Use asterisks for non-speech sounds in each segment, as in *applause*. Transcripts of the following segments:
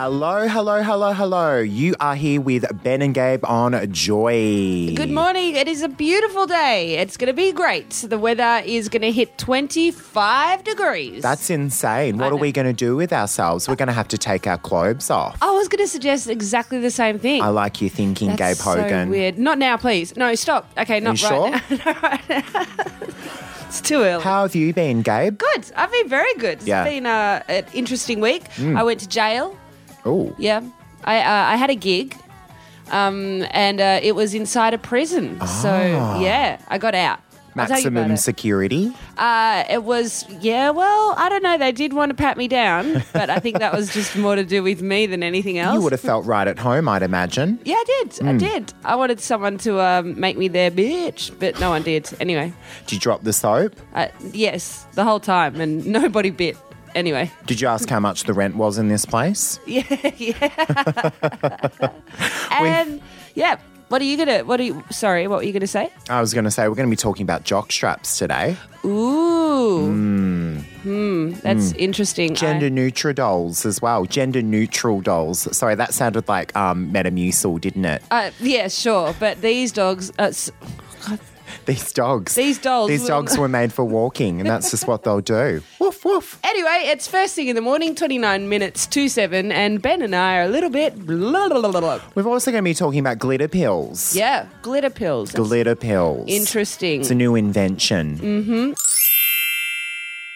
Hello, hello, hello, hello. You are here with Ben and Gabe on Joy. Good morning. It is a beautiful day. It's going to be great. The weather is going to hit 25 degrees. That's insane. What are we going to do with ourselves? We're going to have to take our clothes off. I was going to suggest exactly the same thing. I like you thinking, Oh. That's Gabe Hogan. So weird. Not now, please. No, stop. Okay, You not sure? right. Now. *laughs* It's too early. How have you been, Gabe? good. I've been very good. It's Yeah. Mm. been uh, an interesting week. I went to jail. Oh, Yeah. I uh, I had a gig. Um, and uh, it was inside a prison. So, yeah, I got out. I'll tell you about Ah. maximum it. security. Uh, it was, yeah, well, I don't know. They did want to pat *laughs* me down, but I think that was just more to do with me than anything else. You Hmm. would have felt right at home, I'd imagine. yeah, I did. I did. I wanted someone to um, make me their bitch, but no one did. Anyway, Did you drop the soap? uh, yes, the whole time, and *laughs* nobody bit. Anyway, Did you ask how much the rent was in this place? yeah, yeah. and yeah, what are you gonna? What are you? Sorry, what were you gonna say? I was going to say, we're going to be talking about jock straps today. Ooh, hmm, that's interesting. I- Hmm. Gender neutral dolls as well. Gender neutral dolls. Sorry, that sounded like um, Metamucil, didn't it? uh, yeah, sure, but these dogs. Uh, s- These dogs. These dolls These will- dogs were made for walking, and that's just what they'll *laughs* do. Woof woof. Anyway, it's first thing in the morning, 29 minutes to 7, and Ben and I are a little bit. Blah, blah, blah, blah, blah. We're also going to be talking about glitter pills. Yeah, glitter pills. Glitter pills. Interesting. Mm. It's a new invention.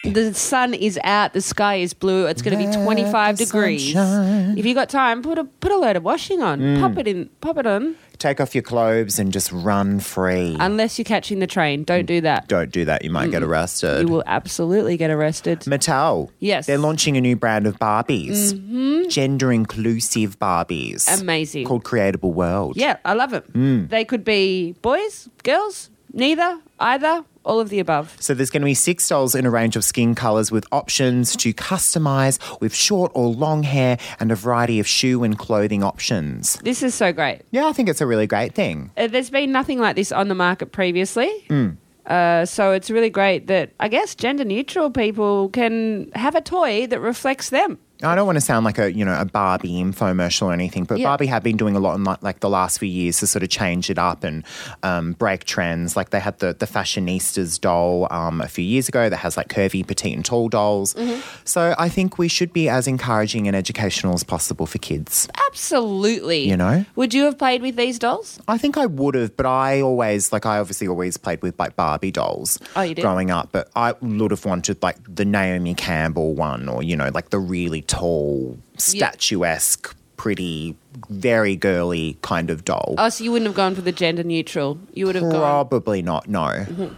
The sun is out, the sky is blue, it's going to be Let 25 the degrees. sunshine- If you got time, put a put a load of washing on. Mm. Pop it in, pop it on. Take off your clothes and just run free. Unless you're catching the train, don't do that. Don't do that. You might get arrested. You will absolutely get arrested. Mattel. Yes. Mm-hmm. They're launching a new brand of Barbies, gender inclusive Barbies. Amazing. Called Creatable World. Yeah, I love it. Mm. They could be boys, girls, neither, either, all of the above. So there's going to be six dolls in a range of skin colors with options to customize with short or long hair and a variety of shoe and clothing options. This is so great. Yeah, I think it's a really great thing. Uh, there's been nothing like this on the market previously. Mm. Uh, so it's really great that I guess gender neutral people can have a toy that reflects them. I don't want to sound like a you know a Barbie infomercial or anything, but Yeah. Barbie have been doing a lot in like, like the last few years to sort of change it up and um, break trends. Like they had the the fashionistas doll um, a few years ago that has like curvy, petite, and tall dolls. So I think we should be as encouraging and educational as possible for kids. Absolutely. You know? Would you have played with these dolls? I think I would have, but I always like I obviously always played with like Barbie dolls Oh, you did? growing up, but I would have wanted like the Naomi Campbell one or you know like the really tall, Yeah. statuesque, pretty, very girly kind of doll. Oh, so you wouldn't have gone for the gender neutral. You would have gone. Probably not. No,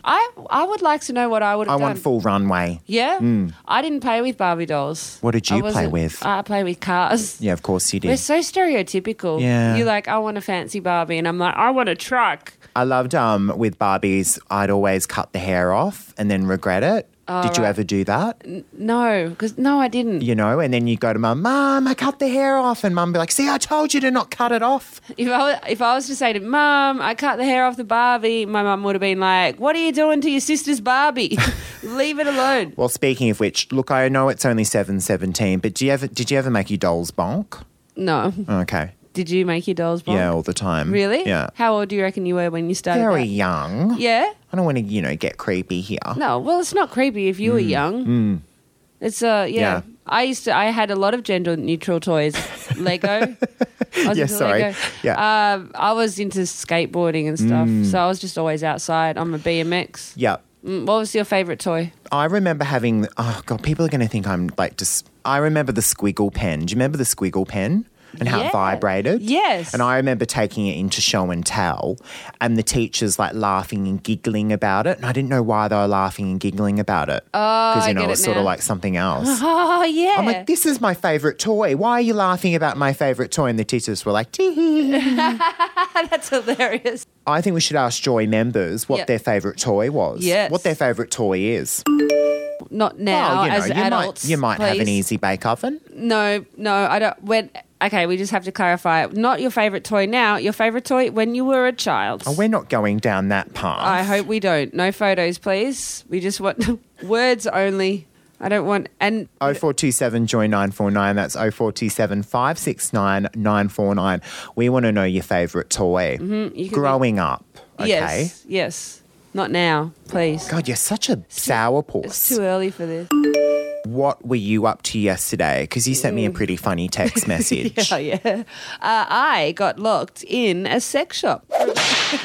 I I *laughs* would like to know what I would I have done. want full runway. yeah, I didn't play with Barbie dolls. What did you I play wasn't- with? I played with cars. Yeah, of course you We're did. so stereotypical. Yeah. You're like, I want a fancy Barbie, and I'm like, I want a truck. I loved um with Barbies. I'd always cut the hair off and then regret it. Oh, did you ever do that? No, because no, I didn't. You know, and then you go to mum, mum, I cut the hair off, and mum be like, see, I told you to not cut it off. If I, wa- if I was to say to mum, I cut the hair off the Barbie, my mum would have been like, What are you doing to your sister's *laughs* Barbie? Leave it alone. Well, speaking of which, look, I know it's only seven seventeen, but do you ever did you ever make your dolls bonk? No. Okay, Did you make your dolls bonk? yeah, all the time. Really? Yeah, How old do you reckon you were when you started? very that? young. Yeah? I don't want to, you know, get creepy here. No, well, it's not creepy if you were young. It's, uh, yeah. Hmm. Yeah. I used to, I had a lot of gender neutral toys. *laughs* Lego. I was Yeah, into sorry. Lego. Yeah. Hmm. Um, I was into skateboarding and stuff. So I was just always outside on my BMX. Yeah, Mm, What was your favourite toy? I remember having. Oh god, people are going to think I'm like just. I remember the squiggle pen. Do you remember the squiggle pen? And how Yeah. it vibrated. Yes. And I remember taking it into show and tell, and the teachers like laughing and giggling about it. And I didn't know why they were laughing and giggling about it. Because, Oh, I you know, get it it was sort of now. like something else. Oh, yeah. I'm like, this is my favorite toy. Why are you laughing about my favorite toy? And the teachers were like, tee hee. That's hilarious. I think we should ask Joy members what Yep. their favorite toy was. Yes. What their favorite toy is. Not now, Well, you know, as you adults. might, you might have an please. easy bake oven. No, no, I don't. When okay, we just have to clarify. Not your favorite toy now. Your favorite toy when you were a child. Oh, We're not going down that path. I hope we don't. No photos, please. We just want *laughs* words only. I don't want and 0427 join 949. That's 0427 569 949. We want to know your favourite toy Mm-hmm. you could growing up. Okay. yes, yes, not now, please. God, you're such a It's sourpuss. too early for this. *laughs* What were you up to yesterday? Because you sent me a pretty funny *laughs* text message. Oh Mm. yeah, uh, I got locked in a sex shop. *laughs*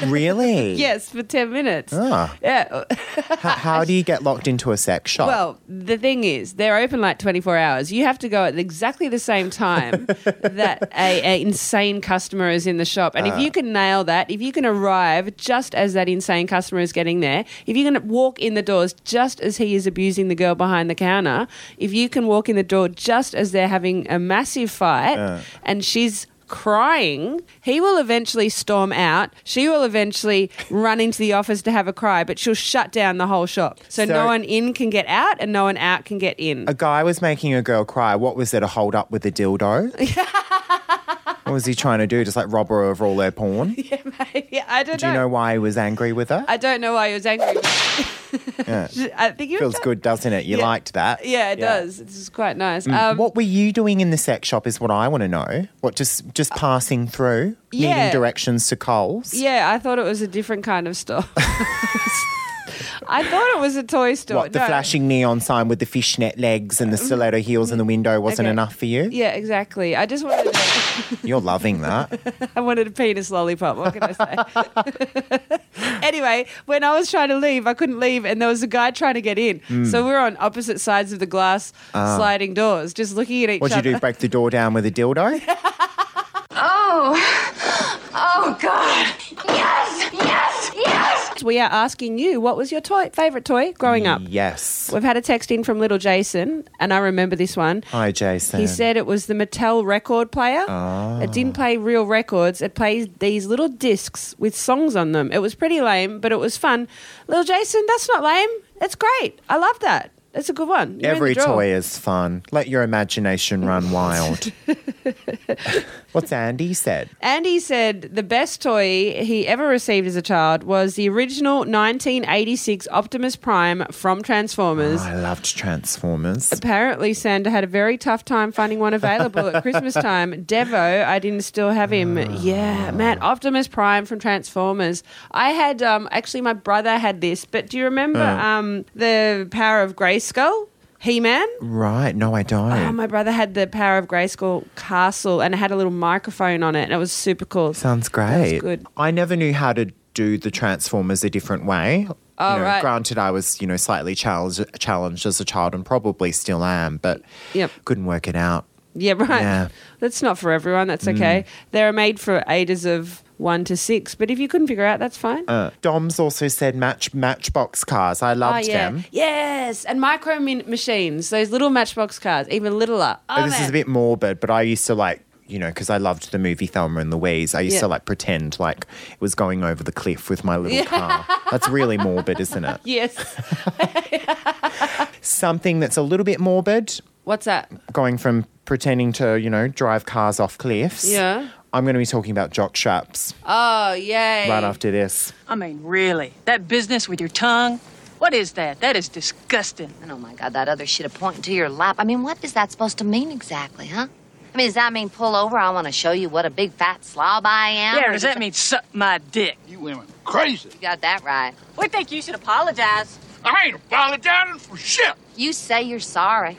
Really? Yes, for ten minutes. Ah. Yeah. *laughs* H- how do you get locked into a sex shop? Well, the thing is, they're open like 24 hours. You have to go at exactly the same time that a, a insane customer is in the shop. And if you can nail that, if you can arrive just as that insane customer is getting there, if you can walk in the doors just as he is abusing the girl behind the counter, if you can walk in the door just as they're having a massive fight and she's crying, he will eventually storm out. She will eventually run into the office to have a cry, but she'll shut down the whole shop. So, So- no one in can get out and no one out can get in. a guy was making a girl cry. What was it? A hold up with a *laughs* dildo? what was he trying to do? Just like rob her of all her *laughs* porn? yeah, I don't Do you know why he was angry with her? I don't know why he was angry. *laughs* Yeah. I think he was Feels good, doesn't it? You Yeah. liked that. Yeah, it does. This is quite nice. Um, what were you doing in the sex shop is what I want to know. What just just passing through, yeah. needing directions to Coles. yeah, I thought it was a different kind of store. *laughs* I thought it was a toy store. What the No. flashing neon sign with the fishnet legs and the stiletto heels in the window wasn't Okay. enough for you? Yeah, exactly. I just wanted to. You're loving that. *laughs* I wanted a penis lollipop. What can I say? *laughs* anyway, when I was trying to leave, I couldn't leave, and there was a guy trying to get in. Mm. So we were on opposite sides of the glass sliding doors, just looking at each Ah. What'd other. you do? Break the door down with a *laughs* dildo? Oh, God. Yes, yes, yes. We are asking you, what was your toy, favorite toy growing up? Yes. We've had a text in from little Jason, and I remember this one. Hi, Jason. He said it was the Mattel record player. Ah. It didn't play real records. It plays these little discs with songs on them. It was pretty lame, but it was fun. Little Jason, that's not lame. That's great. I love that. That's a good one. You're in Every the draw. toy is fun. Let your imagination run *laughs* wild. What's Andy said? Andy said the best toy he ever received as a child was the original 1986 Optimus Prime from Transformers. Ah, I loved Transformers. Apparently, Santa had a very tough time finding one available at Christmas time. Devo, I didn't still have him. Yeah, man, Optimus Prime from Transformers. I had um, actually my brother had this, but do you remember um, the Power of Grayskull? He Man. Right. No, I don't. Oh, my brother had the Power of Grayskull Castle, and it had a little microphone on it, and it was super cool. Sounds great. good. I never knew how to do the Transformers a different way. Oh, You know, right. Granted, I was you know slightly challenged challenged as a child and probably still am, but Yep. couldn't work it out. Yeah, right. Yeah. That's not for everyone. That's okay. They're made for ages of one to six, but if you couldn't figure out, that's fine. Uh, Dom's also said match matchbox cars. I loved Ah, yeah. them. Yes, and micro min- machines, those little matchbox cars, even littler. Oh, this man. is a bit morbid, but I used to like. You know, because I loved the movie Thelma and Louise. I used Yeah. to like pretend like it was going over the cliff with my little car. That's really morbid, isn't *laughs* it? Yes. *laughs* Something that's a little bit morbid, What's that? going from pretending to, you know, drive cars off cliffs. Yeah. I'm going to be talking about jock straps Oh, yay. right after this. I mean, really? That business with your tongue? What is that? That is disgusting. And oh, my God, that other shit pointing to your lap. I mean, what is that supposed to mean exactly, huh? I mean, does that mean pull over? I want to show you what a big fat slob I am. Yeah, Or does that mean suck my dick? You women crazy. You got that right. We think you should apologize. I ain't apologizing for shit. You say you're sorry.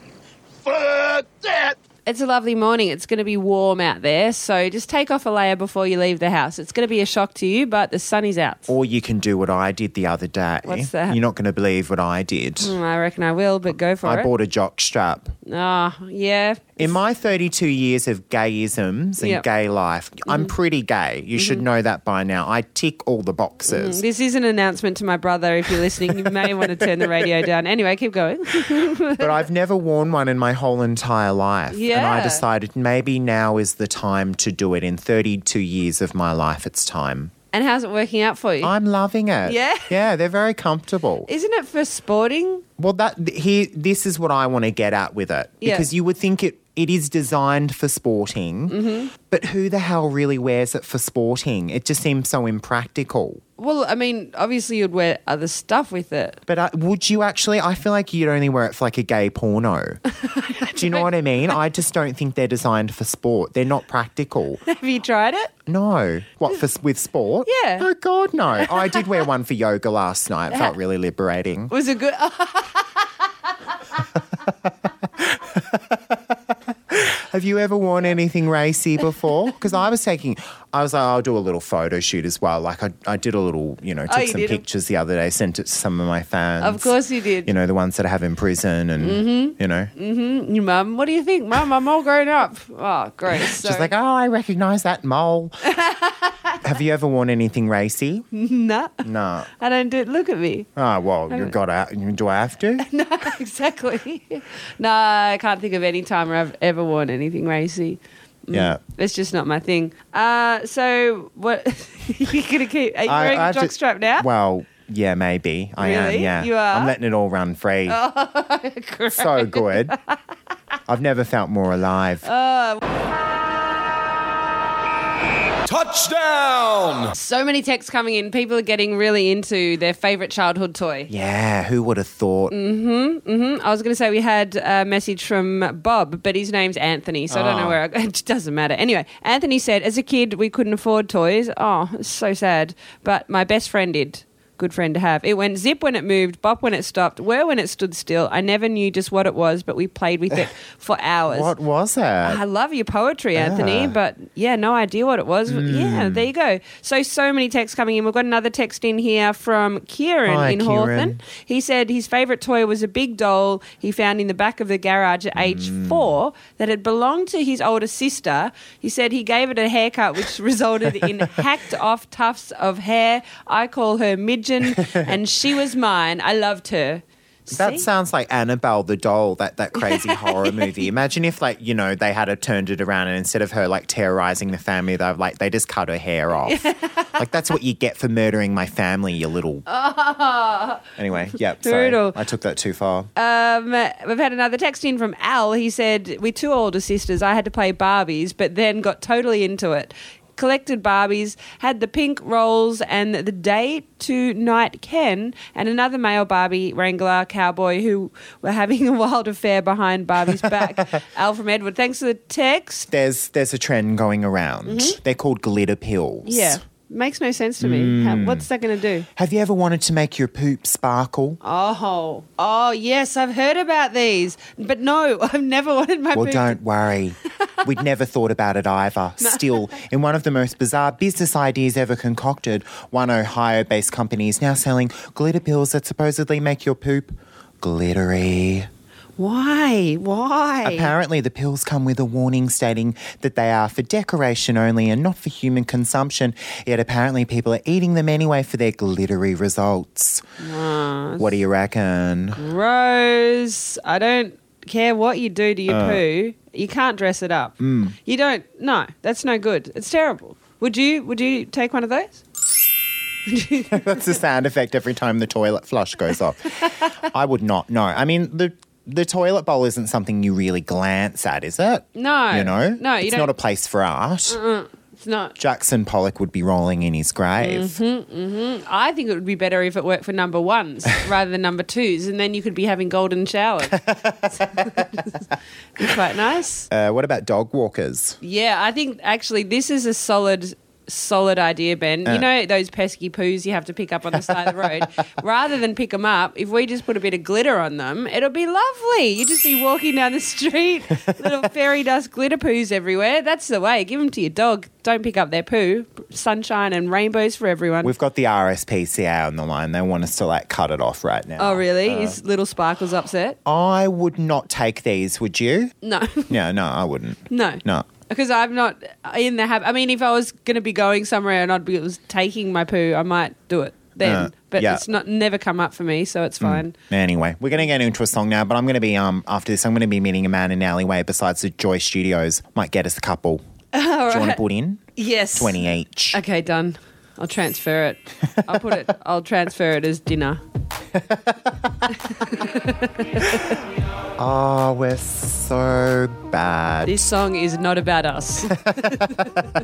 Fuck that. It's a lovely morning. It's going to be warm out there, so just take off a layer before you leave the house. It's going to be a shock to you, but the sun is out. Or you can do what I did the other day. What's that? You're not going to believe what I did. Mm, I reckon I will, but go for I it. bought a jock strap. Ah, yeah. In my 32 years of gayisms and Yep. Mm. Mm-hmm. gay life, I'm pretty gay. You should know that by now. I tick all the *laughs* boxes. Mm, This is an announcement to my brother. If you're listening, you may want to turn *laughs* the radio down. Anyway, keep going. but I've never worn one in my whole entire life. And I Yeah. decided maybe now is the time to do it. In 32 years of my life, it's time. And how's it working out for you? I'm loving it. Yeah? Yeah, they're very comfortable. Isn't it for sporting? Well, that th- here, this is what I want to get at with it Yeah. because you would think it It is designed for sporting, Mm-hmm. but who the hell really wears it for sporting? It just seems so impractical. Well, I mean, obviously you'd wear other stuff with it. But I, would you actually? I feel like you'd only wear it for like a gay *laughs* porno. Do you know what I mean? I just don't think they're designed for sport. They're not *laughs* practical. Have you tried it? No. What for s- with sport? Yeah. Oh God, no. I did wear one for yoga last night. It felt really liberating. Was it good? *laughs* Oh, Have you ever worn anything racy before? Because I was taking, I was like, "Oh, I'll do a little photo shoot as well. Like I, I did a little, you know, took Oh, you some did a- pictures the other day, sent it to some of my fans. of course you Mm-hmm. did. You know, the ones that I have in prison and, you know, Your mum, what do you think, mum? I'm all grown up. Oh, *laughs* great. So, she's like, oh, I recognize that *laughs* mole. have you ever worn anything racy? nah, No. I don't do it. Look at me. *laughs* Oh, well, you got to, do I have to? no, exactly. *laughs* no, I can't think of any time where I've ever worn anything racy. Yeah. It's just not my thing. Uh, so what? *laughs* you're gonna keep? Are you wearing I a have to- jockstrap now? Well, yeah, maybe. I am, Ah. Really? yeah. You are? Oh, I'm letting it all run free. *laughs* so good. I've never felt more alive. Oh. Touchdown! so many texts coming in. People are getting really into their favorite childhood toy. yeah, who would have thought? Mm. I was going to say we had a message from Bob, but his name's Anthony, so I don't know where I, *laughs* it doesn't matter. Anyway, Anthony said, "As a kid, we couldn't afford toys. Oh, it's so sad. But my best friend did. Good friend to have. It went zip when it moved, bop when it stopped, whir when it stood still. I never knew just what it was, but we played with it for hours. What was it? I love your poetry, Anthony, Yeah. Hmm. but yeah, no idea what it was. Yeah, there you go. So, so many texts coming in. We've got another text in here from Kieran Hi, in Kieran. Hawthorne. He said his favourite toy was a big doll he found in the back of the garage at age Hmm. four that had belonged to his older sister. He said he gave it a *laughs* haircut, which resulted in hacked off tufts of hair. I call her *laughs* Midgen, and she was mine. I loved her. that See? sounds like Annabelle the doll, that, that *laughs* crazy horror movie. Imagine if, like, you know, they had her turned it around and instead of her, like, terrorizing the family, they like, they just cut her hair off. like, that's what you get for murdering my family, you *laughs* little. Anyway, yep. Sorry. Oh. Brutal. I took that too far. Um, we've had another text in from Al. He said, "With two older sisters, I had to play Barbies, but then got totally into it. Collected Barbies, had the pink rolls and the day to night Ken, and another male Barbie Wrangler cowboy who were having a wild affair behind *laughs* Barbie's back." Al from Edward, thanks for the text. there's there's a trend going around. They're called glitter pills. Mm-hmm. Yeah, makes no sense to me. How, Hmm. what's that going to do? Have you ever wanted to make your poop sparkle? Oh, oh yes, I've heard about these, but no, *laughs* I've never wanted my. well, boob to- don't worry. We'd never thought about it either. Still, in one of the most bizarre business ideas ever concocted, one Ohio based company is now selling glitter pills that supposedly make your poop glittery. Why? Why? Apparently, the pills come with a warning stating that they are for decoration only and not for human consumption, yet apparently, people are eating them anyway for their glittery results. Oh, What do you reckon? Rose, I don't care what you do to your Uh. poo. You can't dress it up. Mm. You don't. No, that's no good. It's terrible. Would you? Would you take one of those? That's the sound effect every time the toilet flush goes off. I would not know. I mean, the the toilet bowl isn't something you really glance at, is it? No. You know? No, you it's don't. not a place for art. it's not. Jackson Pollock would be rolling in his grave. Mm-hmm. I think it would be better if it worked for *laughs* number ones rather than number twos, and then you could be having golden showers. *laughs* Be quite nice. Uh, what about dog walkers? Yeah, I think actually this is a solid solid idea ben you know those pesky poos you have to pick up on the side of the road rather than pick them up if we just put a bit of glitter on them it'll be lovely you just be walking down the street little fairy dust glitter poos everywhere that's the way give them to your dog don't pick up their poo sunshine and rainbows for everyone We've got the RSPCA on the line. They want us to like cut it off right now. oh really is little sparkles upset I would not take these, would you? no *laughs* Yeah, no, I wouldn't. no No. because I'm not in the habit. I mean, if I was going to be going somewhere and I'd be was taking my poo, I might do it then. Uh, but yeah. Hmm. it's not never come up for me, so it's fine. Anyway, we're going to get into a song now, but I'm going to be, um, after this, I'm going to be meeting a man in an alleyway besides the Joy Studios. Might get us a couple. Do you want to put in? Yes, 20 each. *laughs* Okay, done. I'll transfer it. I'll put it. I'll transfer it as dinner. Oh, we're so bad. This song is not about us.